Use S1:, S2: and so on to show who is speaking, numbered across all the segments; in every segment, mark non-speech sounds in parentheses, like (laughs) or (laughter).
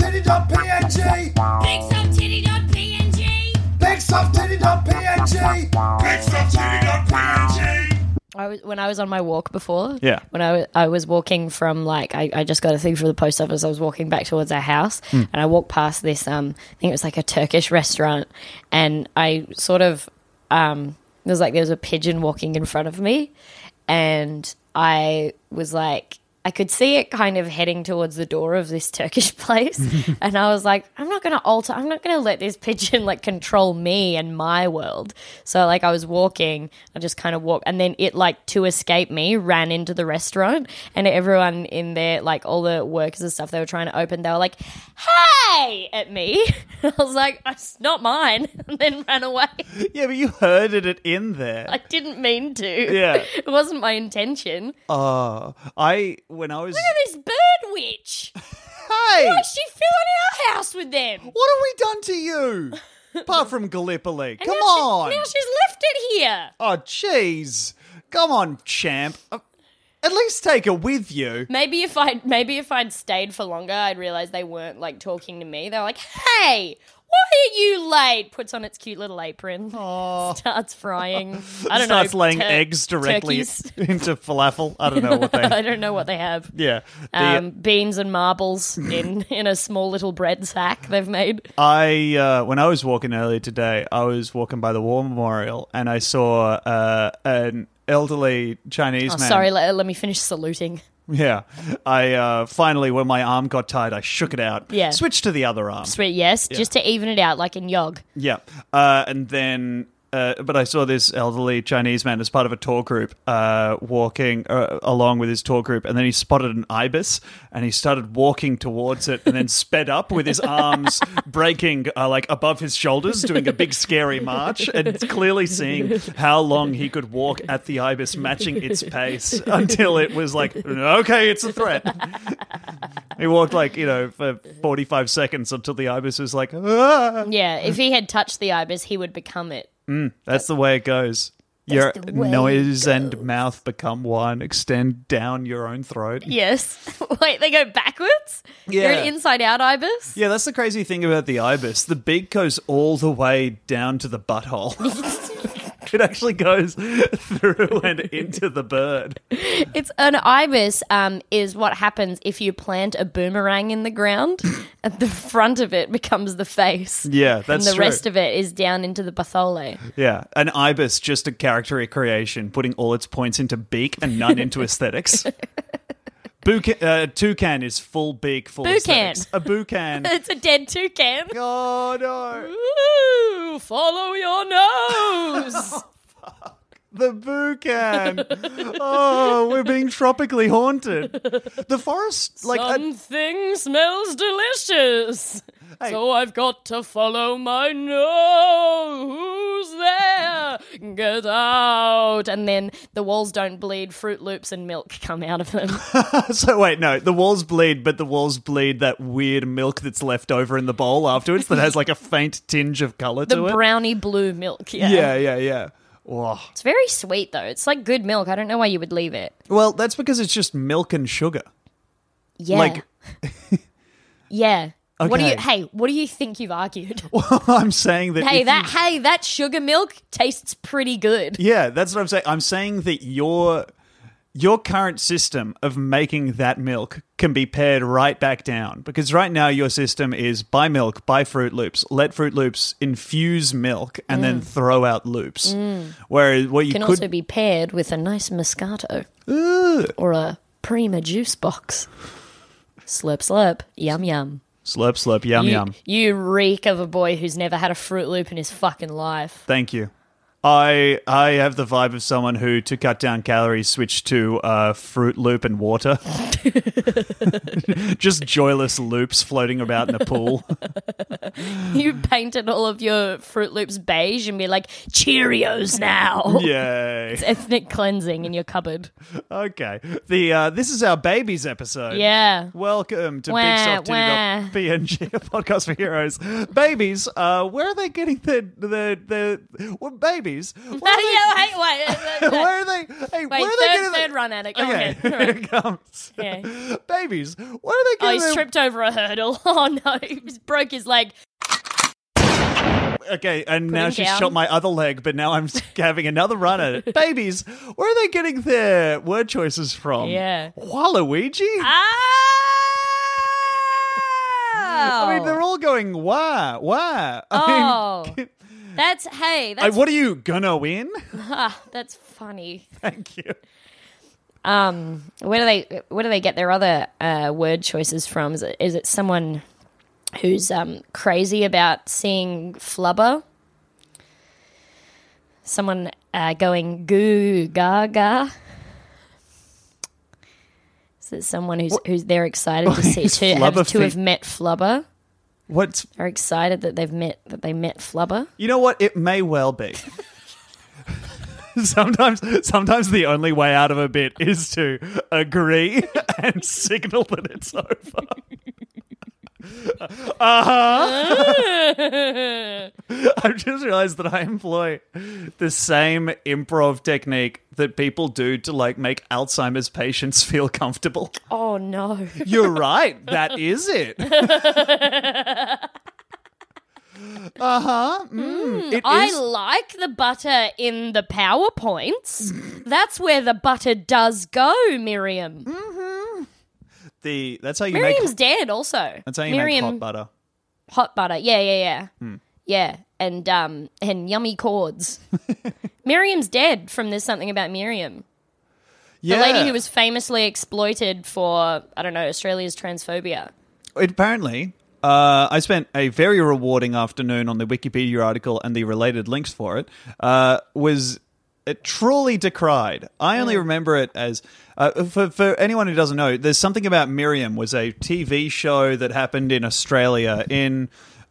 S1: BigSoftTitty.png
S2: BigSoftTitty.png.
S1: BigSoftTitty.png BigSoftTitty.png
S3: I was when I was on my walk before.
S4: Yeah.
S3: When I wa- I was walking from like I, I just got a thing from the post office. I was walking back towards our house, and I walked past this um I think it was like a Turkish restaurant, and I sort of um there was like there was a pigeon walking in front of me, and I was like. I could see it kind of heading towards the door of this Turkish (laughs) place. and I was like, I'm not going to alter, I'm not going to let this pigeon like control me and my world. So, like, I was walking, I just kind of walked. And then it, like, to escape me, ran into the restaurant. And everyone in there, like, all the workers and stuff they were trying to open, they were like, hey, at me. (laughs) I was like, it's not mine. (laughs) And then ran away.
S4: Yeah, but you herded it in there.
S3: I didn't mean to.
S4: Yeah.
S3: it wasn't my intention.
S4: Oh, I when I was
S3: This bird witch.
S4: hey,
S3: Why she filling our house with them?
S4: what have we done to you? Apart from Gallipoli,
S3: (laughs) And
S4: come
S3: now she-
S4: on.
S3: now she's left it here.
S4: oh, jeez, come on, champ. Uh, At least take her with you.
S3: Maybe if I maybe if I'd stayed for longer, I'd realize they weren't like talking to me. They're like, "Hey, why are you late?" Puts on its cute little apron, (laughs) starts
S4: (laughs)
S3: frying. I don't
S4: Starts
S3: know.
S4: laying
S3: tur-
S4: eggs directly
S3: turkeys.
S4: (laughs) into falafel. I don't know
S3: (laughs)
S4: what
S3: I
S4: they.
S3: don't know what they have.
S4: (laughs) Yeah, The-
S3: Um, beans and marbles in (laughs) in a small little bread sack they've made.
S4: I uh, when I was walking earlier today, I was walking by the war memorial and I saw uh, an elderly Chinese
S3: Oh,
S4: man.
S3: sorry, let, let me finish saluting.
S4: Yeah, I uh, finally when my arm got tired, I shook it out.
S3: Yeah.
S4: switched to the other arm.
S3: Sweet, yes, just to even it out, like in Yog.
S4: Yeah, uh, and then. Uh, but I saw this elderly Chinese man as part of a tour group uh, walking uh, along with his tour group, and then he spotted an ibis and he started walking towards it, and then sped up with his arms breaking uh, like above his shoulders, doing a big scary march, and clearly seeing how long he could walk at the ibis, matching its pace until it was like, okay, it's a threat. he walked like you know for forty five seconds until the ibis was like, ah.
S3: Yeah, if he had touched the ibis, he would become it.
S4: That's the way it goes. Your
S3: the way it
S4: nose and mouth become one, extend down your own throat.
S3: Yes. (laughs) Wait, they go backwards? You're
S4: Yeah.
S3: an inside out ibis?
S4: Yeah, that's the crazy thing about the ibis. The beak goes all the way down to
S3: (laughs)
S4: the butthole. it actually goes through and into the bird.
S3: It's an ibis um, is what happens if you plant a boomerang in the
S4: (laughs)
S3: ground. At the front of it becomes the face.
S4: Yeah, that's
S3: And the
S4: true.
S3: rest of it is down into the
S4: (laughs)
S3: bathole.
S4: Yeah, an ibis just a character creation, putting all its points into beak and none
S3: (laughs)
S4: into aesthetics. Buca- uh, toucan is full beak, full
S3: Boucan.
S4: aesthetics. A
S3: (laughs)
S4: boucan.
S3: It's a dead toucan.
S4: oh no,
S3: Ooh, follow your
S4: (laughs)
S3: nose.
S4: the boucan. oh, we're being tropically haunted. The forest, like uh, I-
S3: Something smells delicious.
S4: Hey.
S3: So I've got to follow my nose. Who's there? Get out. And then the walls don't bleed, Fruit Loops and milk come out of them.
S4: (laughs) So wait, no, the walls bleed, but the walls bleed that weird milk that's left over in the bowl afterwards that has like a faint tinge of color
S3: the
S4: to it.
S3: brownie blue milk. Yeah.
S4: yeah, Oh. yeah, yeah. Whoa.
S3: It's very sweet though. It's like good milk. I don't know why you would leave it.
S4: Well, that's because it's just milk and sugar.
S3: Yeah.
S4: Like- (laughs)
S3: yeah. What do you?
S4: Okay.
S3: Hey, what do you think you've argued?
S4: I'm saying that.
S3: hey,
S4: if
S3: that
S4: you-
S3: hey, that sugar milk tastes pretty good.
S4: yeah, that's what I'm saying. I'm saying that your your current system of making that milk can be pared right back down because right now your system is buy milk, buy Fruit Loops, let Fruit Loops infuse milk, and then throw out loops. Whereas what
S3: Mm.
S4: you
S3: Can
S4: could
S3: also be paired with a nice Moscato or a Prima juice box. Slurp, slurp, yum, yum.
S4: slurp slurp yum
S3: you,
S4: yum.
S3: You reek of a boy who's never had a Fruit Loop in his fucking life. (laughs)
S4: Thank you. I I have the vibe of someone who, to cut down calories, switched to uh, Fruit Loop
S3: (laughs)
S4: and water. (laughs) Just joyless loops floating about in
S3: (laughs)
S4: a pool.
S3: You painted all of your Fruit Loops beige and be like, Cheerios now.
S4: Yay!
S3: It's ethnic cleansing in your cupboard.
S4: Okay. The uh, this is our babies episode.
S3: Yeah.
S4: Welcome to
S3: Wah,
S4: Big Soft Titty (laughs)
S3: wah.
S4: Dot PNG, a podcast for heroes. Babies, uh, where are they getting their their their well, babies? Where
S3: yeah,
S4: are
S3: wait,
S4: (laughs)
S3: wait,
S4: they?
S3: wait.
S4: Where are they? Hey,
S3: Wait,
S4: where are they
S3: third,
S4: getting
S3: third
S4: their-
S3: run at it. Go
S4: Okay, (laughs)
S3: on,
S4: here
S3: okay.
S4: it comes.
S3: Yeah.
S4: (laughs) Babies, what are they
S3: Oh,
S4: getting?
S3: he's
S4: their-
S3: tripped over a hurdle. (laughs) Oh, no. He just broke his leg.
S4: Okay, and now
S3: him
S4: she's
S3: down.
S4: shot my other leg,
S3: (laughs)
S4: but now I'm having another run at it. Babies, where are they getting their word choices from?
S3: Yeah.
S4: Waluigi?
S3: Ah!
S4: I mean, they're all going, wah, wah. I mean,
S3: That's hey,
S4: (laughs) I-
S3: that's
S4: what are you gonna win? (laughs)
S3: ah, that's funny.
S4: Thank you.
S3: Um, where do they where do they get their other uh, word choices from? Is it, is it someone who's um, crazy about seeing flubber? Someone uh, going goo gaga. Is it someone who's who's they're excited
S4: (laughs)
S3: to see
S4: is
S3: to
S4: flubber
S3: have, to have
S4: feet?
S3: met flubber?
S4: What's
S3: They're excited that they've met that they met
S4: (laughs)
S3: flubber.
S4: You know what? It may well be. (laughs) sometimes, sometimes the only way out of a bit is to agree (laughs) and signal that it's over. (laughs) Uh-huh. I've just realized that I employ the same improv technique that people do to like make Alzheimer's patients feel comfortable.
S3: Oh no.
S4: You're right. That
S3: (laughs)
S4: is it. uh huh. Mm. It is.
S3: I like the butter in the PowerPoints. That's where the butter does go, Miriam.
S4: the that's how Mm. you
S3: Miriam's
S4: make
S3: dead also.
S4: that's how you
S3: Miriam,
S4: make hot butter. Hmm.
S3: hot butter. Yeah, yeah, yeah. Yeah. And um and yummy cords.
S4: (laughs)
S3: Miriam's dead from There's Something About Miriam.
S4: Yeah,
S3: The lady who was famously exploited for, I don't know, Australia's transphobia.
S4: apparently. Uh, I spent a very rewarding afternoon on the Wikipedia article and the related links for it. Uh, was it truly decried. I only remember it as uh, for for anyone who doesn't know. There's something about Miriam was a TV show that happened in Australia in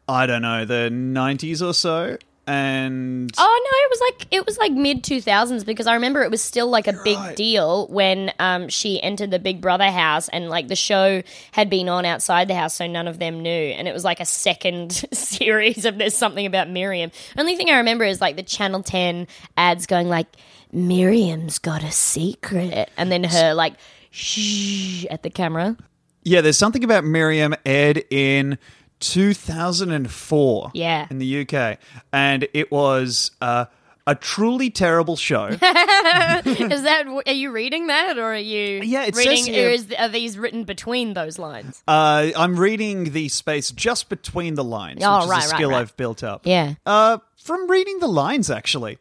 S4: I don't know the 90s or so, and
S3: Oh no, it was like it was like mid two thousands because I remember it was still like a big
S4: right.
S3: deal when um, she entered the Big Brother house and like the show had been on outside the house, so none of them knew, and it was like a second (laughs) series of there's something about Miriam. Only thing I remember is like the Channel Ten ads going like Miriam's got a secret, and then her like shh at the camera.
S4: Yeah, there's something about Miriam aired in 2004.
S3: Yeah.
S4: In the UK. And it was uh, a truly
S3: (laughs)
S4: terrible
S3: (laughs)
S4: show.
S3: Is that are you reading that or are you
S4: Yeah, it says
S3: reading
S4: here-
S3: or is, are these written between those lines?
S4: uh, I'm reading the space just between the lines,
S3: Oh,
S4: which
S3: right,
S4: is a
S3: right,
S4: skill
S3: right.
S4: I've built up.
S3: Yeah.
S4: Uh, from reading the lines, actually.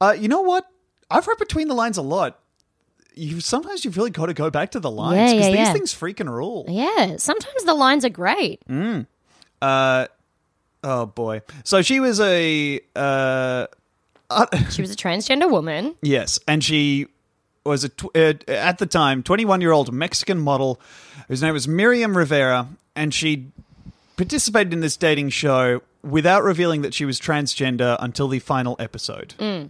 S4: Uh, you know what? I've read between the lines a lot. You sometimes you've really got to go back to the lines
S3: Yeah, yeah,
S4: these
S3: yeah.
S4: things freaking rule.
S3: Yeah, sometimes the lines are great.
S4: Mm. Oh boy! So she was a uh,
S3: She was a transgender woman.
S4: Yes, and she was a tw- uh, at the time 21-year-old Mexican model whose name was Miriam Rivera, and she participated in this dating show without revealing that she was transgender until the final episode.
S3: Oh,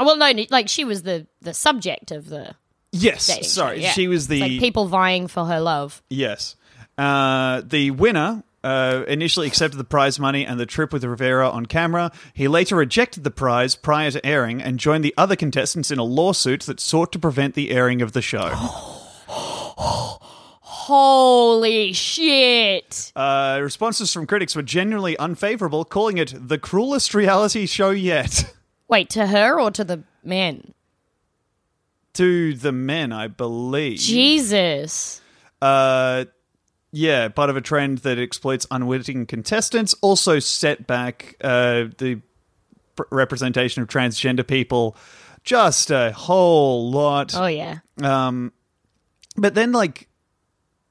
S3: well, no, like she was the the subject of the
S4: Yes,
S3: dating. show,
S4: sorry,
S3: yeah.
S4: she was
S3: It's
S4: the
S3: like people vying for her love.
S4: yes. Uh, the winner uh, initially accepted the prize money and the trip with Rivera on camera. He later rejected the prize prior to airing and joined the other contestants in a lawsuit that sought to prevent the airing of the
S3: (gasps) Oh,
S4: show. (gasps)
S3: Holy shit.
S4: Uh, responses from critics were generally unfavorable, calling it the cruelest reality show yet. (laughs)
S3: Wait, to her or to the
S4: Mm.
S3: man?
S4: to the men, I believe.
S3: Jesus.
S4: Uh, yeah, part of a trend that exploits unwitting contestants. Also, set back uh, the pr- representation of transgender people just a whole lot.
S3: Oh, yeah.
S4: Uh, But then, like,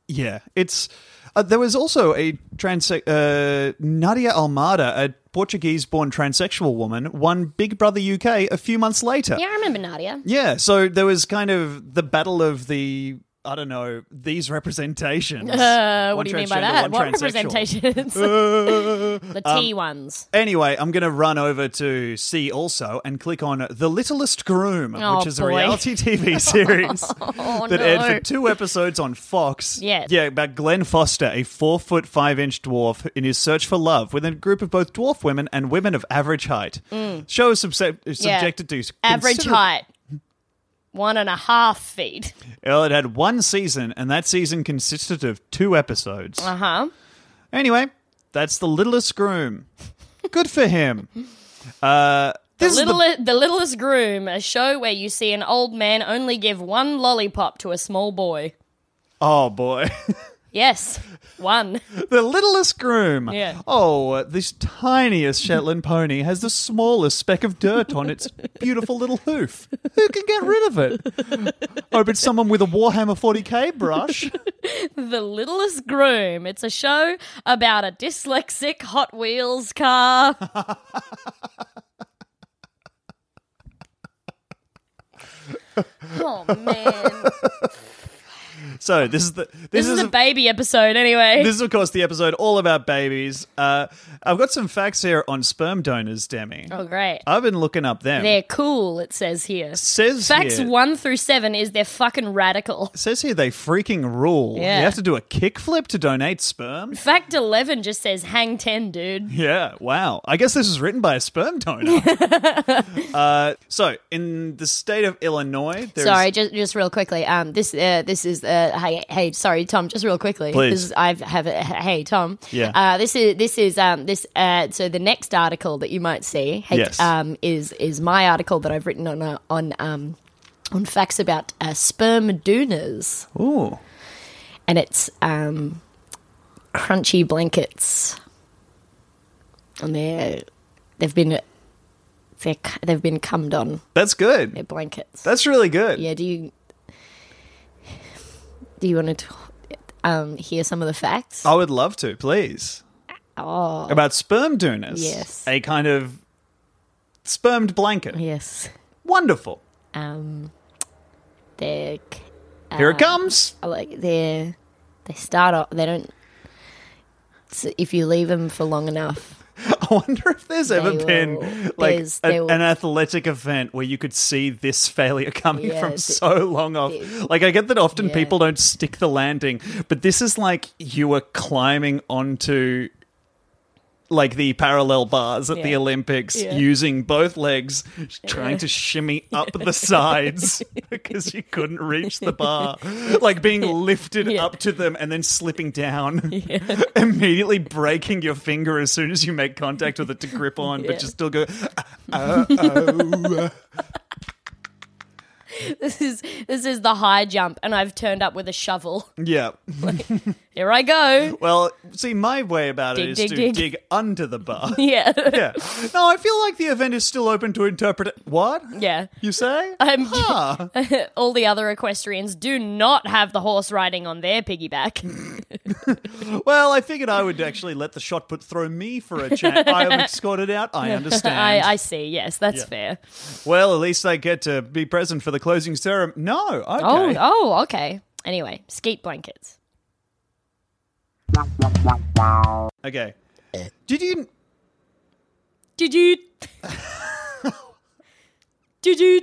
S4: yeah, it's. Uh, there was also a trans. Uh, Nadia Almada, a Portuguese born transsexual woman, won Big Brother UK a few months later.
S3: Yeah, I remember Nadia.
S4: Yeah, so there was kind of the battle of the I don't know these
S3: (laughs)
S4: representations.
S3: Uh,
S4: One
S3: what do you mean by
S4: transgender,
S3: that?
S4: one
S3: What
S4: transsexual. Um,
S3: representations?
S4: (laughs)
S3: the T ones.
S4: Anyway, I'm going to run over to see also and click on The Littlest Groom,
S3: Oh,
S4: which is a
S3: boy. Oh, (laughs)
S4: reality TV series that aired for
S3: no.
S4: two episodes on Fox.
S3: Yes.
S4: Yeah, about Glenn Foster, a four foot five inch dwarf in his search for love with a group of both dwarf women and women of average height. Show is subse- is
S3: Mm. Yeah.
S4: subjected to
S3: Average
S4: consider-
S3: height. One and a half feet.
S4: Well, it had one season, and that season consisted of two episodes.
S3: Uh huh.
S4: Anyway, that's the littlest groom. Good for him.
S3: The,
S4: Uh, (laughs) this is the-
S3: little, the Littlest Groom, a show where you see an old man only give one lollipop to a small boy.
S4: oh boy, (laughs)
S3: Yes, one. (laughs)
S4: the littlest groom.
S3: Yeah.
S4: Oh, this tiniest Shetland pony has the smallest speck of dirt
S3: (laughs)
S4: on its beautiful little hoof. Who can get rid of it?
S3: (laughs)
S4: Hope it's someone with a Warhammer 40k brush.
S3: The Littlest Groom. It's a show about a dyslexic Hot Wheels car. oh, man.
S4: So this is the this,
S3: This, is, a baby episode, anyway.
S4: this is of course the episode all about babies. Uh, I've got some facts here on sperm donors, Demi.
S3: oh, great.
S4: I've been looking up them.
S3: They're cool, it says here.
S4: says
S3: Facts
S4: here,
S3: one through seven is they're fucking radical.
S4: says here they freaking rule.
S3: Yeah.
S4: You have to do a kickflip to donate
S3: (laughs)
S4: sperm.
S3: Fact 11 just says hang 10, dude.
S4: Yeah, wow. I guess this was written by a
S3: (laughs)
S4: sperm donor. uh, so, in the state of Illinois, there's.
S3: Sorry, just just real quickly. Um, this uh, this is uh, hey, hey, sorry, Tom. Just real quickly,
S4: Please.
S3: This is- I've have a, hey, Tom.
S4: Yeah.
S3: Uh, this is this is um this uh so the next article that you might see, hey,
S4: Yes.
S3: um, is is my article that I've written on uh, on um on facts about uh, sperm donors,
S4: Ooh.
S3: and it's um crunchy blankets, and they they've been they they've been cummed on
S4: That's good.
S3: their blankets.
S4: That's really good.
S3: Yeah, do you do you want to t- um, hear some of the facts?
S4: I would love to, please. Oh. About sperm donors.
S3: Yes.
S4: A kind of spermed blanket.
S3: Yes.
S4: Wonderful.
S3: Um, they're c-
S4: Here it
S3: Ah.
S4: comes. (laughs)
S3: like they're they start off. They don't. so if you leave them for long enough,
S4: I wonder if there's ever
S3: will-
S4: been like
S3: there's-
S4: a-
S3: there will-
S4: an athletic event where you could see this failure coming
S3: Yeah,
S4: from
S3: th-
S4: so long off. like I get that often
S3: yeah.
S4: people don't stick the landing, but this is like you were climbing onto like the parallel bars at the
S3: Yeah.
S4: Olympics
S3: Yeah.
S4: using both legs trying
S3: (laughs)
S4: to shimmy up the sides (laughs) because you couldn't reach the bar like being lifted up to them and then slipping down (laughs) immediately breaking your finger as soon as you make contact with it to grip on but you still go
S3: (laughs) this is this is the high jump, and I've turned up with a (laughs) shovel.
S4: yeah
S3: Here I go. (laughs)
S4: well see my way about it
S3: Dig,
S4: is
S3: dig,
S4: to dig.
S3: dig.
S4: under the bar
S3: (laughs) Yeah,
S4: yeah no i feel like the event is still open to interpret what
S3: yeah.
S4: you say
S3: (gasps)
S4: Ah.
S3: I'm-
S4: Huh.
S3: All the other equestrians do not have the horse riding on their piggyback. (laughs)
S4: Well, I figured I would actually let the shot put throw me for a chat. I am escorted out. I
S3: (laughs)
S4: understand.
S3: I, I see. Yes, that's fair.
S4: Well, at least I get to be present for the closing ceremony. No, okay.
S3: Oh, oh, okay. Anyway, skeet blankets. oh.
S4: Okay. Did you?
S3: Did (laughs) you? Did you?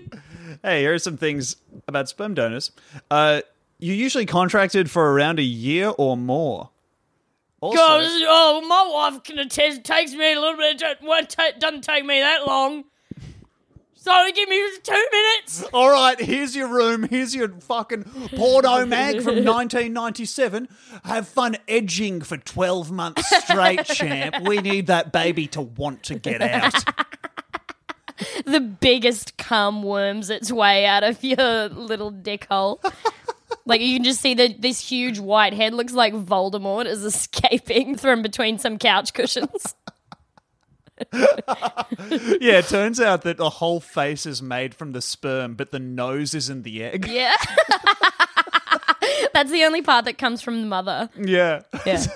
S4: Hey, here are some things about sperm donors. Uh, you usually contracted for around a year or more. Also,
S3: Goes, oh, my wife can attest, takes me a little bit, it won't ta- doesn't take me that long. So give me two minutes.
S4: all right, here's your room. Here's your fucking porno
S3: (laughs)
S4: mag from 1997. Have fun edging for 12 months
S3: (laughs)
S4: straight, champ. We need that baby to want to get out.
S3: (laughs) The biggest cum worms its way out of your little dick hole. (laughs) like you can just see that this huge white head looks like Voldemort is escaping from between some couch cushions.
S4: Yeah, it turns out that the whole face is made from the sperm, but the nose is in the egg.
S3: Yeah. (laughs) That's the only part that comes from the mother.
S4: (laughs) Yeah.
S3: Yeah.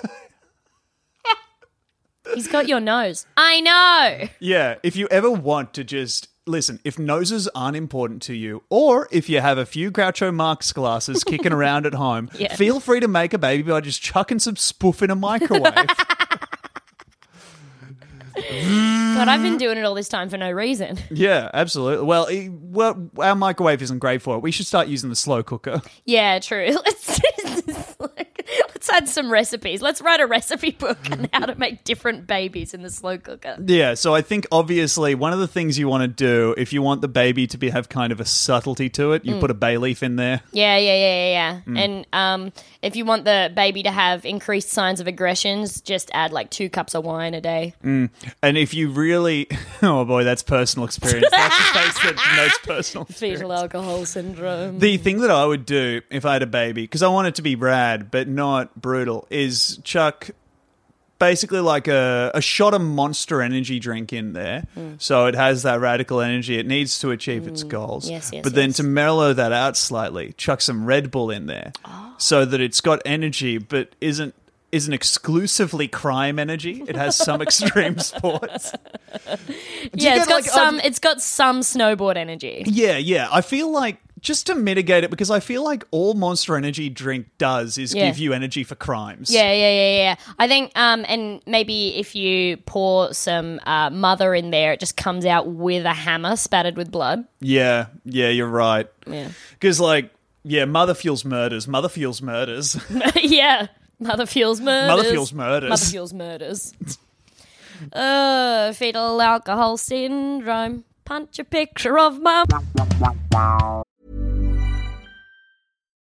S3: He's got your nose. I know.
S4: Yeah. If you ever want to just listen, if noses aren't important to you, or if you have a few Groucho Marx glasses
S3: (laughs)
S4: kicking around at home,
S3: Yeah.
S4: feel free to make a baby by just chucking some spoof in a microwave.
S3: (laughs) God, I've been doing it all this time for no reason.
S4: yeah, absolutely. Well, it, well, our microwave isn't great for it. We should start using the slow cooker. (laughs)
S3: Yeah, true. (laughs) Let's just, like, let's add some recipes. Let's write a recipe book on how to make different babies in the slow cooker.
S4: Yeah, so I think obviously one of the things you want to do if you want the baby to be have kind of a subtlety to it, you put a bay leaf in there.
S3: Yeah, yeah, yeah, yeah,
S4: Mm.
S3: yeah. And um, if you want the baby to have increased signs of aggressions, just add like two cups of wine a day.
S4: Mm. And if you really, (laughs) oh boy, that's personal experience. That's the face that knows personal experience.
S3: Fetal alcohol syndrome.
S4: The thing that I would do if I had a baby, because I want it to be rad but not brutal, is chuck basically like a, a shot of monster energy drink in there.
S3: Mm.
S4: So it has that radical energy it needs to achieve its goals.
S3: Yes, yes,
S4: but then
S3: yes.
S4: to mellow that out slightly, chuck some Red Bull in there
S3: Ah.
S4: so that it's got energy but isn't isn't exclusively crime energy. It has some (laughs) extreme sports.
S3: yeah, it's
S4: get,
S3: got
S4: like,
S3: some.
S4: um,
S3: it's got some snowboard energy.
S4: Yeah, yeah. I feel like just to mitigate it because I feel like all Monster Energy drink does is
S3: Yeah.
S4: give you energy for crimes.
S3: Yeah, yeah, yeah, yeah. I think, um, and maybe if you pour some uh, mother in there, it just comes out with a hammer spattered with blood.
S4: yeah, yeah. You're right.
S3: Yeah,
S4: Because like, yeah, mother fuels murders. Mother fuels murders.
S3: (laughs) yeah. Mother fuels murders.
S4: mother fuels murders.
S3: Mother fuels murders. (laughs) uh, fetal alcohol syndrome. Punch a picture of my.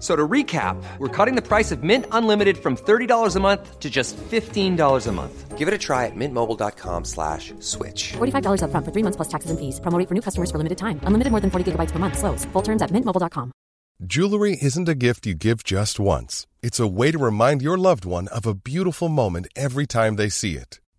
S5: So to recap, we're cutting the price of Mint Unlimited from $30 a month to just $15 a month. Give it a try at mintmobile.com slash switch.
S6: $45 upfront for three months plus taxes and fees. Promo rate for new customers for limited time. Unlimited more than 40 gigabytes per month. Slows. Full terms at mintmobile.com.
S2: Jewelry isn't a gift you give just once. It's a way to remind your loved one of a beautiful moment every time they see it.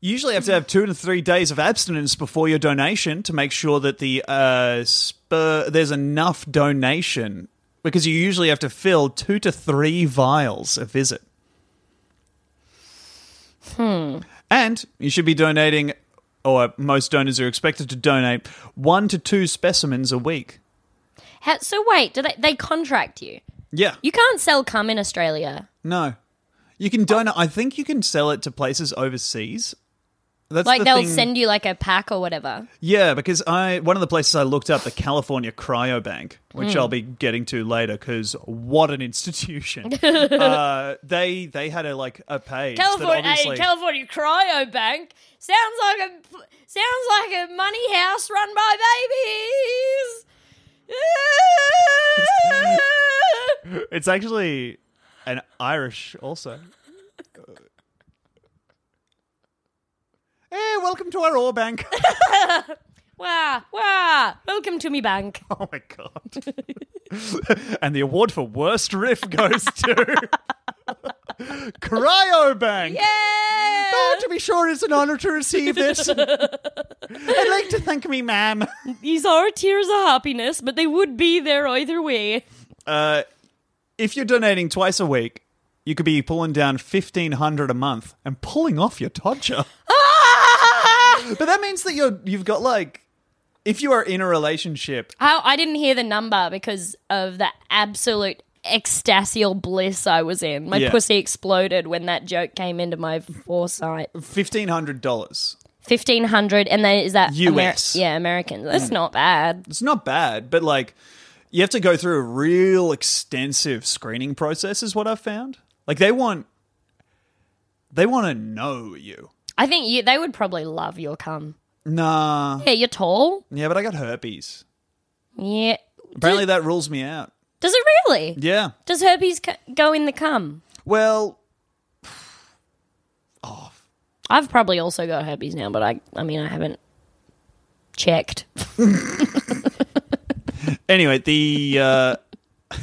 S4: You usually have to have two to three days of abstinence before your donation to make sure that the uh, spur there's enough donation because you usually have to fill two to three vials a visit. Hmm. And you should be donating, or most donors are expected to donate one to two specimens a week.
S3: Ha- so wait, do they they contract you?
S4: Yeah.
S3: You can't sell cum in Australia. Oh.
S4: no. You can donate. I think you can sell it to places overseas. That's
S3: like
S4: the
S3: they'll
S4: thing-
S3: send you like a pack or whatever.
S4: Yeah, because I one of the places I looked up the California Cryobank, which
S3: Hmm.
S4: I'll be getting to later, because what
S3: (laughs)
S4: an institution! uh, they they had a like a page. that
S3: California,
S4: obviously-
S3: California Cryo Bank sounds like a sounds like a money house run by
S4: (laughs)
S3: babies.
S4: (laughs) It's actually an Irish also. hey, welcome to our ore bank. (laughs)
S3: wow, wow! Welcome to me bank.
S4: oh my god. and the award for worst riff
S3: (laughs)
S4: goes to Cryobank.
S3: Yeah.
S4: Oh, to be sure, it's an honor to receive this. I'd like to thank me, ma'am.
S3: (laughs) These are tears of happiness, but they would be there either
S4: (laughs)
S3: way.
S4: Uh, if you're donating twice a week, you could be pulling down fifteen hundred a month and pulling off your todger. but that means that you're you've got like, if you are in a relationship,
S3: How I didn't hear the number because of the absolute extasial bliss I was in. My
S4: Yeah.
S3: pussy exploded when that joke came into my foresight.
S4: fifteen hundred dollars.
S3: Fifteen hundred, and then is that
S4: US.
S3: yeah, Americans. That's not bad.
S4: It's not bad, but like, you have to go through a real extensive screening process. Is what I've found. Like they want, they want to know you.
S3: I think you they would probably love your cum.
S4: Nah.
S3: Yeah, you're tall.
S4: Yeah, but I got herpes.
S3: Yeah.
S4: Apparently that rules me out.
S3: Does it really?
S4: Yeah.
S3: Does herpes c- go in the cum?
S4: Well,
S3: I've probably also got herpes now, but I I mean I haven't checked.
S4: anyway, the. Uh... (laughs)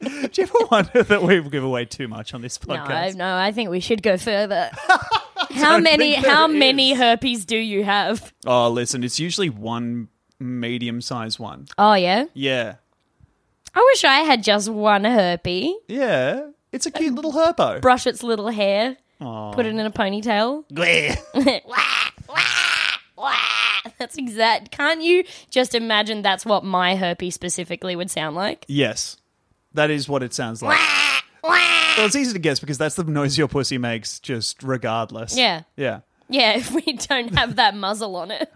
S4: Do you ever wonder that we give away too much on this
S3: No, I,
S4: podcast?
S3: no, I think we should go
S4: (laughs)
S3: further. how many
S4: think there
S3: how
S4: is.
S3: many herpes do you have?
S4: Oh, listen, it's usually one medium sized one.
S3: Oh yeah.
S4: Yeah.
S3: I wish I had just one herpy.
S4: Yeah. It's a cute little herpo.
S3: Brush its little hair. Put it in a ponytail. Wah, wah, wah. That's exact. Can't you just imagine that's what my herpes specifically would sound like?
S4: (laughs) yes. That is what it sounds like. well, it's easy to guess because that's the noise your pussy makes just regardless.
S3: Yeah.
S4: Yeah.
S3: Yeah, (laughs) if we don't have that muzzle on
S4: (laughs)
S3: it.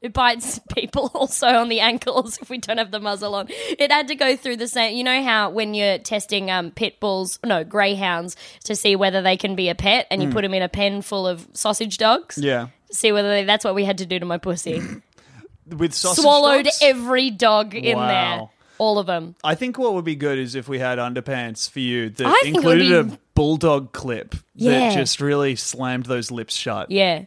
S3: It bites people also on the ankles if we don't have the muzzle on. It had to go through the same. You know how when you're testing um, pit bulls, no, greyhounds, to see whether they can be a pet and you put 'em put them in a pen full of sausage dogs?
S4: Hmm. Yeah.
S3: To see whether they, that's what we had to do to my pussy.
S4: With (clears throat) sausage
S3: Swallowed
S4: dogs?
S3: every dog in there.
S4: Wow.
S3: All of them.
S4: I think what would be good is if we had underpants for you that
S3: I think it would
S4: included
S3: be-
S4: a bulldog clip
S3: Yeah.
S4: that just really slammed those lips shut.
S3: Yeah.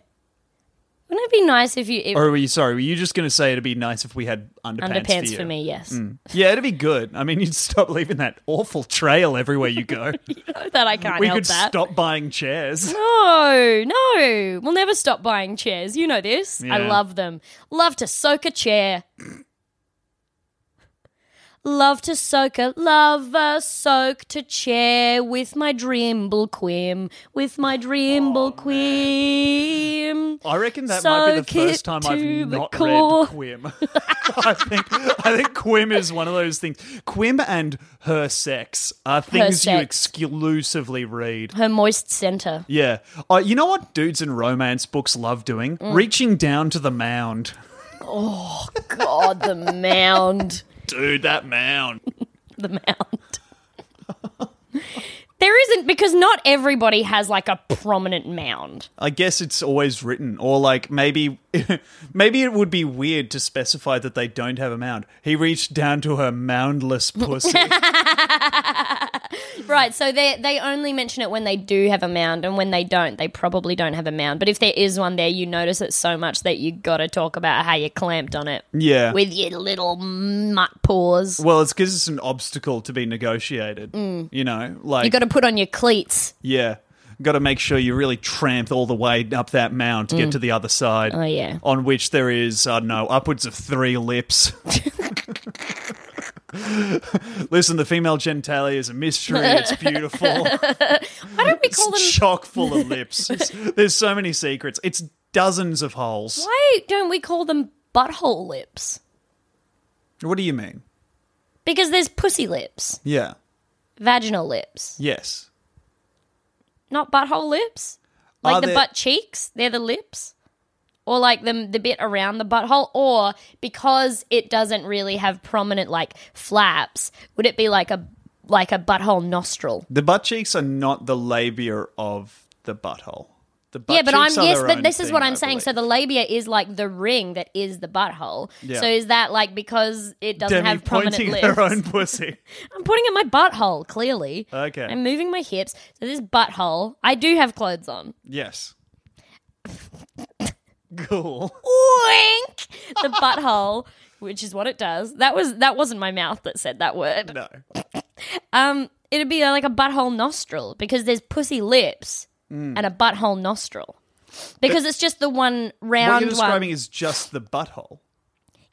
S3: Wouldn't it be nice if you. It,
S4: Or were you sorry? Were you just going to say it'd be nice if we had underpants,
S3: underpants
S4: for, you? Hmm.
S3: for me, yes.
S4: Yeah, it'd be good. I mean, you'd stop leaving that awful trail everywhere
S3: (laughs)
S4: you go.
S3: That I can't
S4: we
S3: help
S4: could
S3: that.
S4: stop buying chairs.
S3: (laughs) No, no. We'll never stop buying chairs. You know this. I
S4: Yeah.
S3: love them. Love to soak a chair. love to soak a love a soak to chair with my dreamble quim. With my dreamble
S4: Oh,
S3: quim.
S4: I reckon that might be
S3: Soak
S4: the
S3: it
S4: first time I've
S3: to the
S4: not
S3: core.
S4: read Quim. (laughs) I think I think Quim is one of those things. Quim and her sex are things you
S3: sex.
S4: exclusively read.
S3: Her moist
S4: (laughs)
S3: center.
S4: Yeah. Uh, you know what dudes in romance books love doing? Reaching down to the mound.
S3: God, the mound.
S4: Dude, that mound.
S3: the mound. there isn't because not everybody has like a prominent mound.
S4: I guess it's always written, or like maybe, (laughs) maybe it would be weird to specify that they don't have a mound. He reached down to her moundless pussy.
S3: Right, so they they only mention it when they do have a mound, and when they don't, they probably don't have a mound. But if there is one there, you notice it so much that you got to talk about how you clamped on it
S4: yeah.
S3: with your little mutt paws.
S4: well, it's because it's an obstacle to be negotiated. You know, like
S3: You got to put on your cleats.
S4: yeah, got to make sure you really tramped all the way up that mound to get to the other side.
S3: Oh yeah,
S4: on which there is, I don't know, upwards of three lips. (laughs) Listen, the female genitalia is a mystery. It's beautiful.
S3: (laughs) why don't we call them?
S4: It's chock full
S3: (laughs)
S4: of lips. It's- There's so many secrets. It's dozens of holes. What,
S3: Why don't we call them butthole lips?
S4: do you mean?
S3: Because there's pussy lips,
S4: Yeah.
S3: vaginal lips,
S4: Yes.
S3: Not butthole lips? Like
S4: Are
S3: the
S4: there-
S3: butt cheeks? They're the lips? Or like the, the bit around the butthole? Or because it doesn't really have prominent like flaps, would it be like a like a butthole nostril?
S4: The butt cheeks are not the labia of the butthole. The butt
S3: yeah, but I'm
S4: cheeks are
S3: yes,
S4: their
S3: but
S4: own
S3: this is
S4: thing,
S3: what I'm
S4: I
S3: saying. So the
S4: believe.
S3: labia is like the ring that is the butthole.
S4: Yeah.
S3: So is that like because it doesn't
S4: Demi
S3: have prominent
S4: pointing
S3: lips?
S4: their own pussy.
S3: (laughs) I'm putting it in my butthole, clearly.
S4: Okay.
S3: I'm moving my hips. So this butthole, I do have clothes on.
S4: Yes. Cool.
S3: Oink! The butthole, which is what it does. That was that wasn't my mouth that said that word.
S4: No.
S3: Um, it'd be like a butthole nostril because there's pussy lips
S4: Mm.
S3: and a butthole nostril. Because it's just the one round
S4: What you're
S3: one.
S4: describing is just the butthole.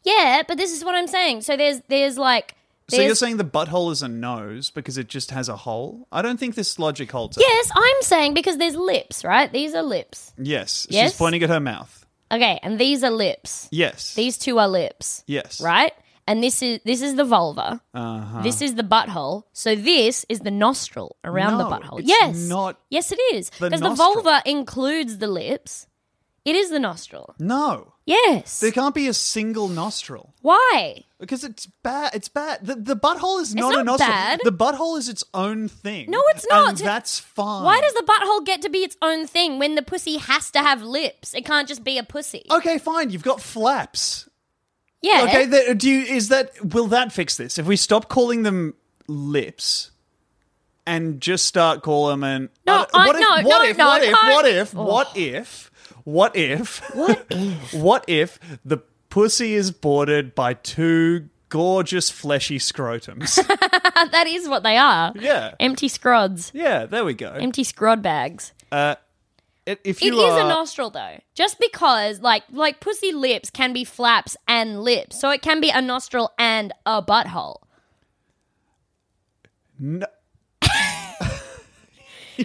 S3: yeah, but this is what I'm saying. So there's there's like
S4: So
S3: there's
S4: you're saying the butthole is a nose because it just has a hole? I don't think this logic holds. up.
S3: Yes, I'm saying because there's lips, right? These are lips.
S4: Yes.
S3: Yes?
S4: She's pointing at her mouth.
S3: Okay, and these are lips.
S4: Yes.
S3: These two are lips.
S4: Yes. Uh-huh.
S3: right? And this is this is the vulva. This is the butthole. So this is the nostril around the
S4: No,
S3: butthole.
S4: it's
S3: yes,
S4: not
S3: Yes, it is
S4: the
S3: because the,
S4: nostril.
S3: vulva includes the lips. It is the nostril.
S4: No.
S3: Yes.
S4: There can't be a single nostril
S3: Why?
S4: because it's bad. It's bad. The, the butthole is not,
S3: not
S4: a nostril.
S3: bad.
S4: The butthole is its own thing.
S3: No, it's not.
S4: And that's fine.
S3: Why does the butthole get to be its own thing when the pussy has to have lips? It can't just be a pussy.
S4: Okay, fine. You've got flaps.
S3: yeah.
S4: Okay, that, do you, is that will that fix this? If we stop calling them lips and just start calling them
S3: No,
S4: I,
S3: I-
S4: what if,
S3: no,
S4: what
S3: no,
S4: if,
S3: no,
S4: what if,
S3: no.
S4: what if,
S3: Oh.
S4: what if, what if, (laughs)
S3: What if?
S4: what if the pussy is bordered by two gorgeous fleshy
S3: (laughs)
S4: scrotums?
S3: (laughs) that is what they are.
S4: yeah,
S3: Empty scrods.
S4: yeah, there we go.
S3: Empty scrod bags.
S4: I- If
S3: It
S4: you
S3: is
S4: are,
S3: a nostril though. Just because like like pussy lips can be flaps and lips. So it can be a nostril and a butthole.
S4: no,
S3: (laughs)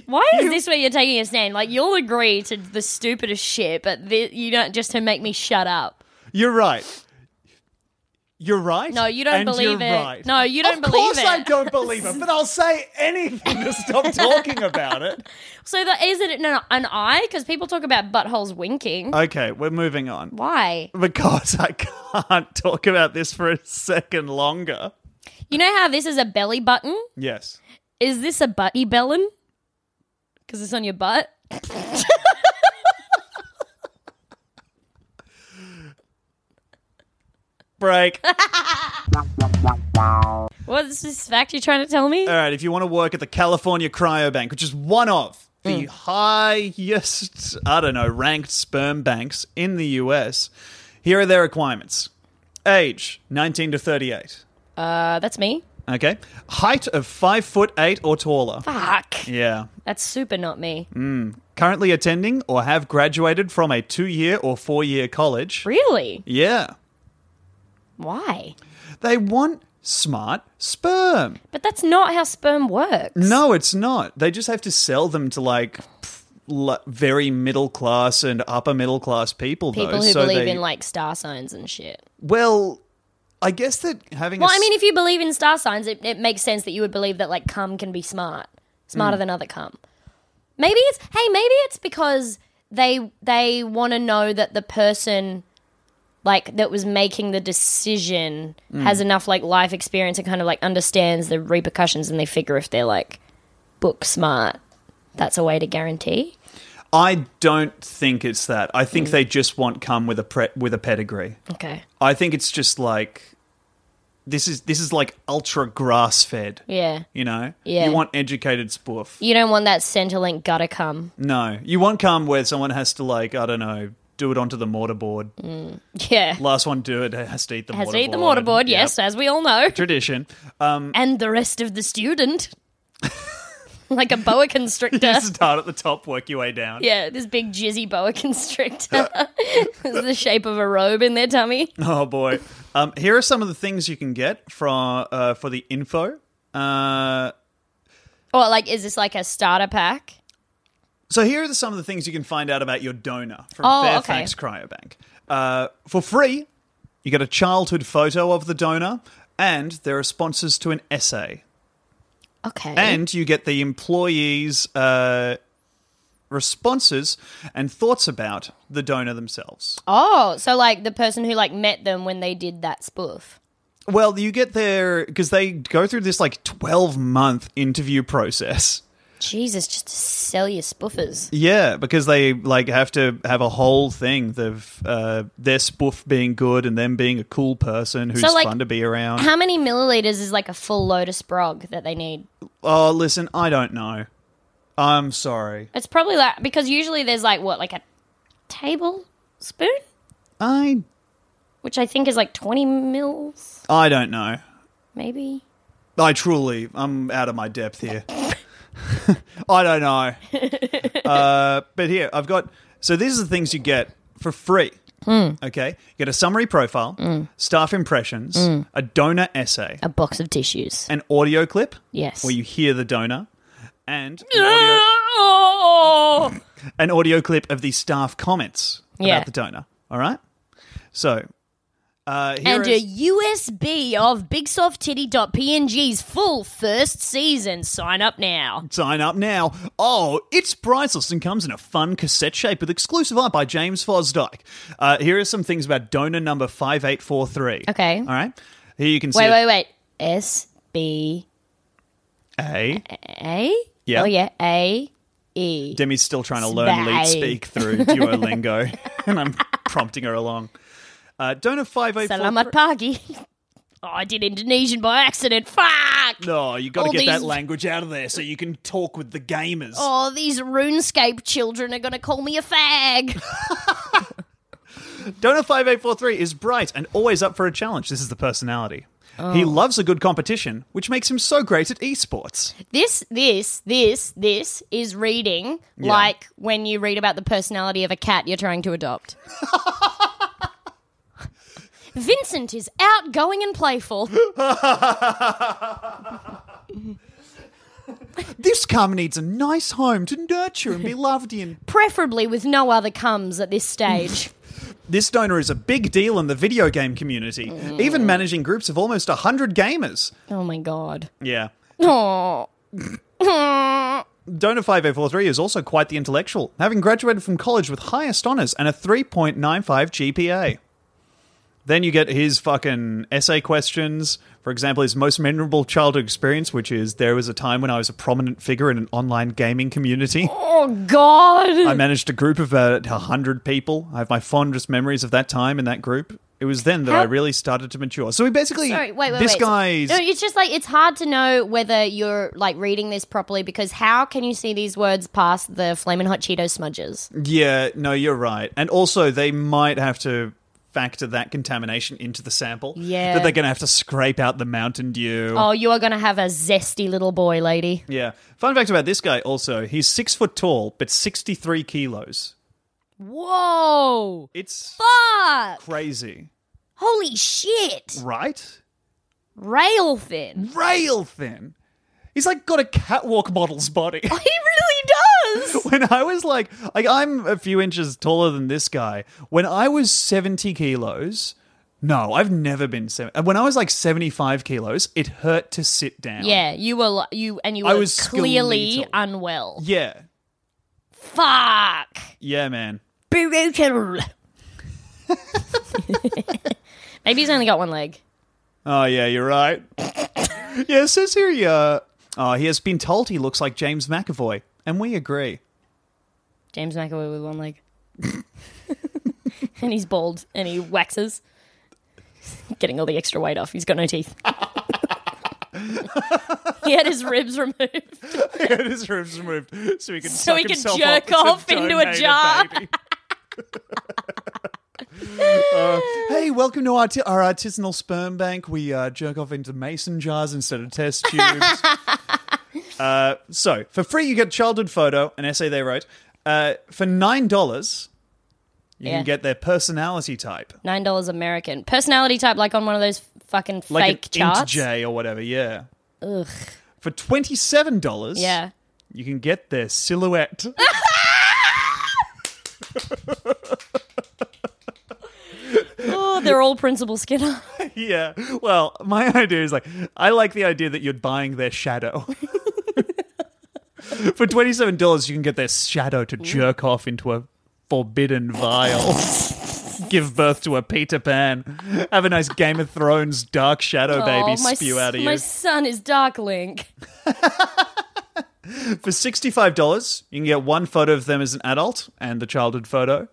S3: Why is this where you're taking a stand? Like you'll agree to the stupidest shit, but thi- you don't just to make me shut up.
S4: you're right. You're right.
S3: No, you don't
S4: and
S3: believe
S4: you're
S3: it.
S4: Right.
S3: No, you don't
S4: Of
S3: believe
S4: course, I
S3: it.
S4: don't believe it, but I'll say anything
S3: (laughs)
S4: to stop talking about it.
S3: So that is it no, no, an eye because people talk about buttholes winking.
S4: Okay, we're moving on.
S3: Why?
S4: Because I can't talk about this for a second longer.
S3: You know how this is a belly button?
S4: Yes.
S3: Is this a butty bellin? Because it's on your butt. (laughs)
S4: Break. All
S3: What's this fact you're trying to tell me?
S4: right, if you want to work at the California Cryobank, which is one of the
S3: Mm.
S4: highest, I don't know, ranked sperm banks in the US, here are their requirements age 19 to 38.
S3: Uh, that's me.
S4: Okay. Height of 5 foot 8 or taller.
S3: Fuck.
S4: Yeah.
S3: That's super not me.
S4: Currently attending or have graduated from a two year or four year college.
S3: Really?
S4: Yeah.
S3: Why?
S4: They want smart sperm.
S3: But that's not how sperm works.
S4: No, it's not. They just have to sell them to like pff, l- very middle class and upper middle class people.
S3: People
S4: though,
S3: who
S4: so
S3: believe
S4: they-
S3: in like star signs and shit.
S4: Well, I guess that having.
S3: Well,
S4: a
S3: I
S4: s-
S3: mean, if you believe in star signs, it, it makes sense that you would believe that like cum can be smart, smarter than other cum. Maybe it's hey, maybe it's because they they want to know that the person like that was making the decision has enough like life experience and kind of like understands the repercussions, and they figure if they're like book smart, that's a way to guarantee.
S4: I don't think it's that. I
S3: Mm.
S4: think they just want come with a pre- with a pedigree.
S3: Okay.
S4: I think it's just like this is this is like ultra grass fed.
S3: Yeah.
S4: You know,
S3: Yeah.
S4: you want educated spoof.
S3: You don't want that Centrelink gutter cum.
S4: No, you want come where someone has to like I don't know do it onto the mortarboard.
S3: Yeah.
S4: Last one do it has to eat the
S3: Mm. Has
S4: mortarboard.
S3: to eat the waterboard,
S4: Yep.
S3: yes, as we all know.
S4: tradition.
S3: (laughs)
S4: (laughs)
S3: And the rest of the student. (laughs) like a boa constrictor.
S4: Start at the top, work your way down.
S3: Yeah, this big jizzy boa constrictor. (laughs) it's the shape of a robe in their tummy.
S4: Oh boy. Um, here are some of the things you can get from uh, for the info. Uh,
S3: Or like, is this like a starter pack?
S4: so here are some of the things you can find out about your donor from
S3: Oh, okay.
S4: Fairfax Cryobank. Uh, for free, you get a childhood photo of the donor and their responses to an essay.
S3: Okay.
S4: And you get the employee's uh, responses and thoughts about the donor themselves.
S3: Oh, so like the person who like met them when they did that spoof.
S4: Well, you get there because they go through this like 12 month interview process.
S3: Jesus, just to sell your spoofers.
S4: Yeah, because they like have to have a whole thing of uh, their spoof being good and them being a cool person who's
S3: So, like,
S4: fun to be around.
S3: How many milliliters is like a full load of sprog that they need?
S4: oh, listen, I don't know. I'm sorry.
S3: It's probably like because usually there's like what, like a tablespoon,
S4: I
S3: which I think is like twenty mils,
S4: I don't know.
S3: maybe.
S4: I truly, I'm out of my depth here. (laughs) I don't know.
S3: (laughs)
S4: uh, but here, I've got. So these are the things you get for free.
S3: Hmm.
S4: Okay, you get a summary profile, staff impressions, a donor essay,
S3: Hmm. A box of tissues.
S4: an audio clip
S3: Yes.
S4: where you hear the donor, and an audio, an audio clip of the staff comments
S3: Yeah.
S4: about the donor. All right. So, uh, here
S3: and a
S4: is-
S3: USB of BigSoftTitty.png's full first season. Sign up now.
S4: Sign up now. Oh, it's priceless and comes in a fun cassette shape with exclusive art by James Fosdyke. Uh, here are some things about donor number 5843.
S3: Okay.
S4: All right. Here you can see
S3: Wait, wait, wait. S B
S4: A.
S3: A.
S4: Yeah.
S3: Oh yeah. A E.
S4: Demi's still trying to learn
S3: Spy.
S4: lead speak through Duolingo, (laughs) and I'm prompting her along. Uh, donor 5843.
S3: Selamat pagi. (laughs) Oh, I did Indonesian by accident. Fuck.
S4: No, you got to
S3: All
S4: get that
S3: these-
S4: language out of there so you can talk with the gamers.
S3: Oh, these RuneScape children are gonna call me a fag.
S4: Donor 5843 is bright and always up for a challenge. This is the personality. He
S3: Oh.
S4: loves a good competition, which makes him so great at esports.
S3: This, this, this, this is reading like when you read about the personality of a cat you're trying to
S4: (laughs)
S3: adopt. Vincent is outgoing and playful.
S4: This cum needs a nice home to
S3: (laughs)
S4: nurture and be loved in.
S3: preferably with no other comes at this
S4: (laughs)
S3: stage.
S4: This donor is a big deal in the video game community, even managing groups of almost 100 gamers.
S3: oh my god.
S4: Yeah.
S3: Oh.
S4: Donor 5843 is also quite the intellectual, having graduated from college with highest honours and a 3.95 GPA. Then you get his fucking essay questions. For example, his most memorable childhood experience, which is there was a time when I was a prominent figure in an online gaming community.
S3: Oh god.
S4: I managed a group of about 100 people. I have my fondest memories of that time in that group. It was then that
S3: How-
S4: I really started to mature. So he basically,
S3: Sorry, wait, wait,
S4: this
S3: wait.
S4: guy's.
S3: No, it's just like it's hard to know whether you're like reading this properly because how can you see these words past the flaming hot Cheeto smudges?
S4: Yeah, no, you're right. And also, they might have to factor that contamination into the sample.
S3: Yeah.
S4: That they're going to have to scrape out the Mountain Dew.
S3: Oh, you are gonna have a zesty little boy, lady.
S4: Yeah. Fun fact about this guy also he's six foot tall, but 63 kilos.
S3: Whoa!
S4: It's
S3: Fuck!
S4: crazy,
S3: Holy shit!
S4: right?
S3: Rail fin. (laughs)
S4: Rail thin. He's like got a catwalk
S3: (laughs)
S4: model's body.
S3: He really does.
S4: (laughs) when I was like, like I'm a few inches taller than this guy. When I was 70 kilos, no, I've never been seven. When I was like 75 kilos, it hurt to sit down.
S3: Yeah, you were li- you and you were
S4: I was
S3: clearly
S4: skeletal.
S3: unwell.
S4: Yeah.
S3: Fuck.
S4: Yeah, man.
S3: Brutal. (laughs) Maybe he's only got one leg.
S4: Oh, yeah, you're right. (laughs) yeah, it says here he, uh, oh, he has been told he looks like James McAvoy, and we agree.
S3: James McAvoy with one leg. (laughs) and he's bald and he waxes. (laughs) Getting all the extra weight off. He's got no teeth. (laughs) he had his ribs removed.
S4: yeah, (laughs) his ribs removed so he can
S3: So
S4: suck
S3: he can
S4: himself
S3: jerk
S4: up to
S3: off into a
S4: donate
S3: jar. (laughs)
S4: baby. Uh, hey, welcome to our, our artisanal sperm bank. We uh, jerk off into mason jars instead
S3: (laughs)
S4: of test tubes. uh, so, for free, you get a childhood photo, an essay they wrote. Uh, for nine dollars, you
S3: Yeah.
S4: can get their personality type,
S3: Nine dollars American. Personality type, like on one of those fucking
S4: like
S3: fake
S4: an int
S3: charts.
S4: J or whatever. Yeah.
S3: Ugh.
S4: For twenty-seven dollars,
S3: Yeah.
S4: you can get their silhouette.
S3: Oh, they're all Principal Skinner.
S4: (laughs) Yeah. Well, (laughs) my idea is like I like the idea that you're buying their shadow. (laughs) For twenty seven dollars, you can get their shadow
S3: Mm.
S4: to jerk off into a forbidden vial. Give birth to a Peter Pan. Have a nice Game of Thrones dark shadow baby
S3: Oh, my,
S4: spew
S3: s-
S4: out of
S3: My
S4: you.
S3: son is Dark Link.
S4: For $65, you can get one photo of them as an adult and the childhood photo.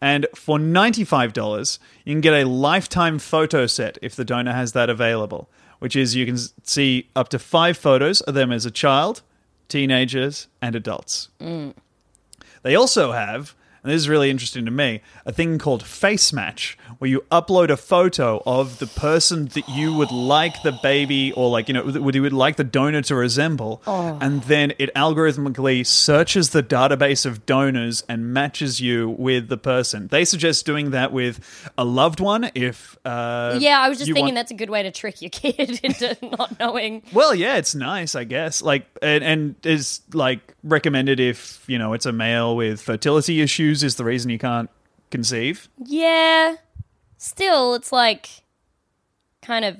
S4: And for $95, you can get a lifetime photo set if the donor has that available, which is you can s- see up to five photos of them as a child, teenagers, and adults. They also have, and this is really interesting to me, a thing called Face Match, where you upload a photo of the person that you would like the baby or like, you know, would you would like the donor to resemble.
S3: Oh.
S4: And then it algorithmically searches the database of donors and matches you with the person. They suggest doing that with a loved one if. Uh,
S3: yeah, I was just
S4: you
S3: thinking
S4: want-
S3: that's a good way to trick your (laughs) kid into not knowing.
S4: Well, yeah, it's nice, I guess. Like, and, and is like recommended if you know it's a male with fertility issues is the reason you can't conceive.
S3: Yeah. Still, it's like kind of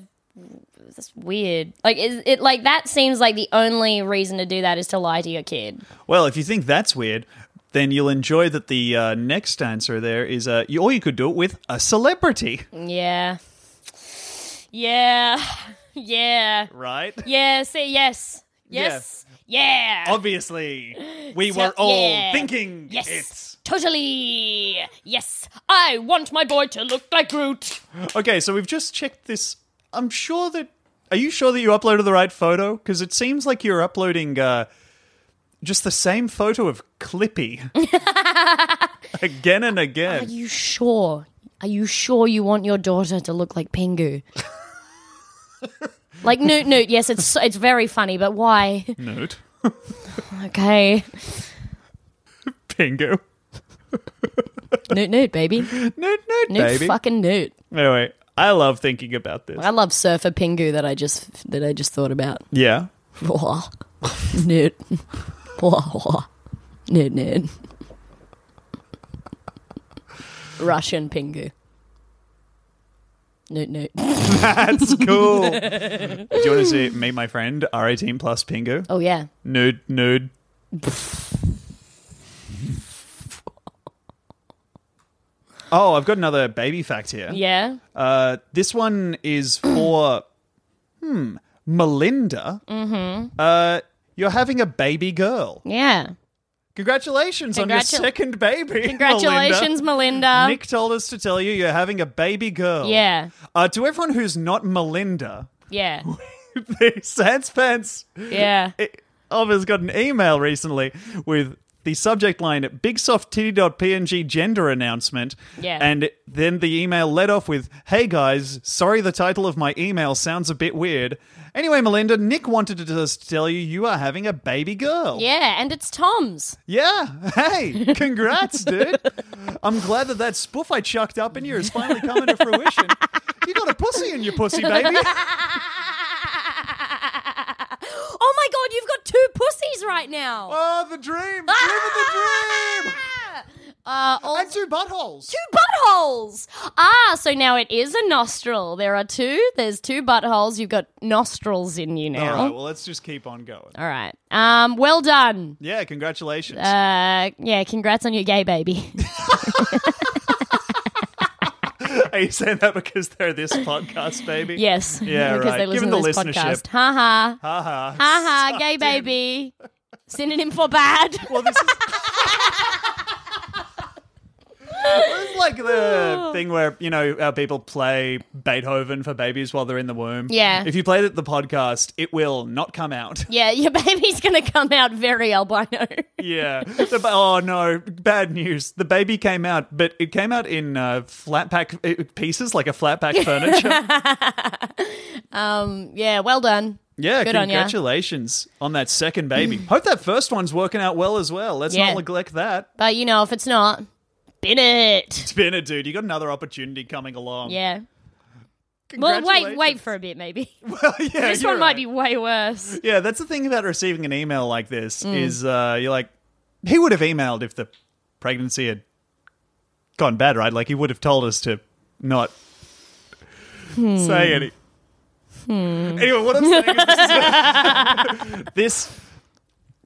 S3: that's weird. Like is it like that seems like the only reason to do that is to lie to your kid.
S4: Well, if you think that's weird, then you'll enjoy that the uh, next answer there is, uh, you, or you could do it with a celebrity,
S3: Yeah. Yeah. Yeah.
S4: right?
S3: Yeah, see yes. Yes. Yeah.
S4: Obviously, we
S3: So-
S4: were all
S3: yeah.
S4: thinking
S3: Yes.
S4: it's
S3: Totally. Yes. I want my boy to look like Groot.
S4: okay. So we've just checked this. I'm sure that. Are you sure that you uploaded the right photo? Because it seems like you're uploading uh, just the same photo of
S3: (laughs)
S4: Clippy again and
S3: Are
S4: again.
S3: you sure? Are you sure you want your daughter to look like
S4: (laughs)
S3: Pingu? like Newt Newt, yes, it's it's very funny, but why?
S4: Note.
S3: Okay.
S4: Pingu.
S3: Newt Newt, baby. Newt
S4: Note, note, baby.
S3: fucking Newt.
S4: Anyway, I love thinking about this.
S3: I love surfer Pingu that I just that I just thought about.
S4: Yeah.
S3: Wah. Newt. Wah, wah. Newt Newt. Russian Pingu. Newt Newt.
S4: That's
S3: (laughs)
S4: cool. Do you want to see meet my friend R eighteen plus Pingu?
S3: Oh yeah.
S4: Nude, nude. oh, I've got another baby fact here.
S3: Yeah.
S4: Uh, this one
S3: (clears throat)
S4: is for hmm Melinda. Mm-hmm. Uh, you're having a baby girl.
S3: Yeah.
S4: Congratulations on your
S3: Congratu-
S4: second baby. (laughs)
S3: Congratulations,
S4: Melinda.
S3: Melinda.
S4: Nick told us to tell you you're having a baby girl.
S3: Yeah.
S4: Uh, to everyone who's not Melinda, (laughs)
S3: Yeah.
S4: the Sans Pants
S3: Yeah.
S4: E, Oliver's got an email recently with the subject line big soft titty.png gender announcement.
S3: Yeah.
S4: And then the email led off with, Hey guys, sorry the title of my email sounds a bit weird. Anyway, Melinda, Nick wanted to just tell you you are having a baby girl.
S3: Yeah, and it's Tom's.
S4: Yeah.
S3: (laughs)
S4: Hey, congrats, dude. I'm glad that that spoof I chucked up in you is finally coming to fruition. You got a pussy in your pussy,
S3: (laughs)
S4: baby.
S3: oh my god, you've got two pussies right now.
S4: Oh, the dream. Living
S3: (laughs)
S4: the dream.
S3: Uh, all
S4: And two buttholes.
S3: two buttholes. Ah, so now it is a nostril. There are two. There's two buttholes. You've got nostrils in you now.
S4: All right, well, let's just keep on going.
S3: All right. Um, well done.
S4: Yeah, congratulations.
S3: Uh, yeah, congrats on your gay baby.
S4: (laughs) Are you saying that because they're this podcast, baby?
S3: Yes.
S4: Yeah,
S3: (laughs) because
S4: right.
S3: they listen to
S4: Given the
S3: this
S4: listenership.
S3: podcast. Ha ha. Ha (laughs)
S4: Haha.
S3: ha. Gay baby. Synonym for bad.
S4: (laughs) Well, this
S3: (laughs)
S4: is. This is like
S3: Oh.
S4: the thing where you know how people play Beethoven for babies while they're in the womb.
S3: Yeah.
S4: If you play the podcast, it will not come out.
S3: Yeah, your baby's (laughs) gonna come out very albino.
S4: (laughs)
S3: (laughs)
S4: Yeah. The ba- oh no, bad news. The baby came out, but it came out in uh, flat pack uh, pieces, like a flat
S3: (laughs)
S4: pack furniture.
S3: Um, yeah, well done.
S4: Yeah,
S3: Good on ya. Mm.
S4: congratulations on, that second baby. Hope that first one's working out well as well. Let's
S3: Yeah.
S4: not neglect that.
S3: But you know, if it's not, bin it.
S4: Spinner, dude, you got another opportunity coming along.
S3: Yeah. Well, wait, wait
S4: Congratulations. (laughs)
S3: for a bit, maybe.
S4: yeah,
S3: (laughs) this
S4: you're
S3: one might
S4: right.
S3: be Mm. way worse.
S4: Yeah, that's the thing about receiving an email like this is uh, you're like, he would have emailed if the pregnancy had gone bad, right? Like he would have told us to not
S3: Hmm.
S4: say any.
S3: (laughs)
S4: Anyway, what I'm saying is this. this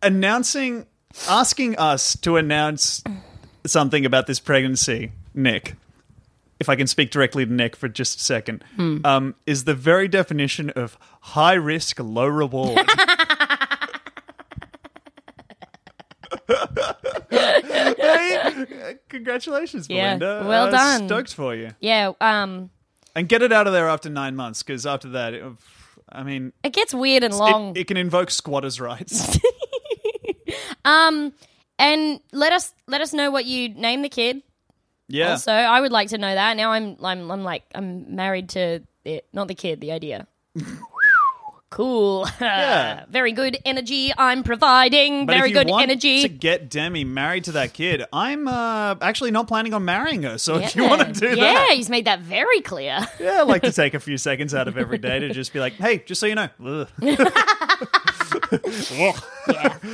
S4: announcing, asking us to announce something about this pregnancy, Nick, if I can speak directly to Nick for just a second,
S3: Hmm.
S4: um, is the very definition of high risk,
S3: (laughs)
S4: low reward. hey, uh, congratulations,
S3: Yeah,
S4: Belinda.
S3: well
S4: Uh,
S3: done.
S4: Stoked for you.
S3: Yeah. Um,
S4: And get it out of there after nine months, because after that, it, I mean,
S3: it gets weird and long.
S4: it, it can invoke squatters'
S3: (laughs)
S4: rights.
S3: Um, and let us let us know what you name the kid.
S4: yeah.
S3: Also, I would like to know that. Now I'm I'm I'm like I'm married to it, not the kid, the
S4: (laughs)
S3: idea. cool. (laughs)
S4: Yeah.
S3: Very good energy I'm providing.
S4: But
S3: Very
S4: if you
S3: good
S4: want
S3: energy.
S4: to get Demi married to that kid, I'm uh, actually not planning on marrying her. So if you
S3: Yeah.
S4: want to do
S3: yeah,
S4: that,
S3: he's made that very clear. (laughs)
S4: yeah, I like to take a few seconds out of every day to just be like, hey, just so
S3: (laughs)
S4: you know, Ugh.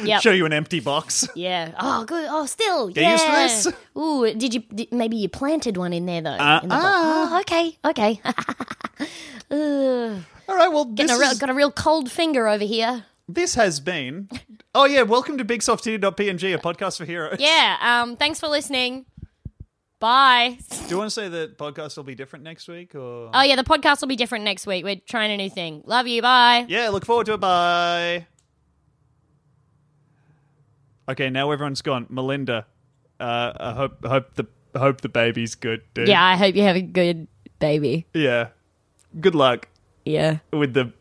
S3: Yep.
S4: show you an empty box.
S3: Yeah. Oh, good. Oh, still.
S4: Get
S3: yeah.
S4: used to this. (laughs)
S3: Ooh, did you? Did, maybe you planted one in there though.
S4: Uh,
S3: in the box. oh, okay. Okay. (laughs) Ugh.
S4: All right, well,
S3: Getting
S4: this,
S3: a real,
S4: is-
S3: got a real cold finger over here.
S4: (laughs) this has been. Oh, yeah, welcome to BigSoftTitty.png, a podcast for heroes.
S3: Uh, Yeah. Um. Thanks for listening. Bye.
S4: Do you want to say that podcast will be different next week? or
S3: Oh yeah, the podcast will be different next week. We're trying a new thing. Love you. Bye.
S4: Yeah, look forward to it. Bye. Okay, now everyone's gone. Melinda, uh, I hope hope the hope the baby's good, dude.
S3: Yeah. I hope you have a good baby.
S4: Yeah. Good luck
S3: Yeah.
S4: with the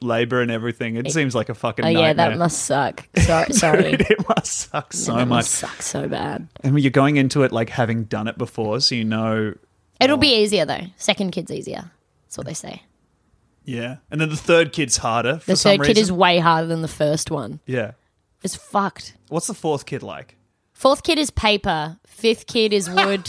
S4: labor and everything. It seems like a fucking
S3: Oh yeah,
S4: nightmare.
S3: that must suck.
S4: (laughs)
S3: Sorry. Sorry.
S4: it must suck so
S3: that
S4: much.
S3: must suck so bad.
S4: And when you're going into it like having done it before, so you know.
S3: It'll be easier though. Second kid's easier. That's what they say.
S4: Yeah. And then the third kid's harder for
S3: The
S4: some
S3: third kid is
S4: reason.
S3: way harder than the first one.
S4: yeah.
S3: It's fucked.
S4: What's the fourth kid like?
S3: Fourth kid is paper. Fifth kid is (laughs) wood.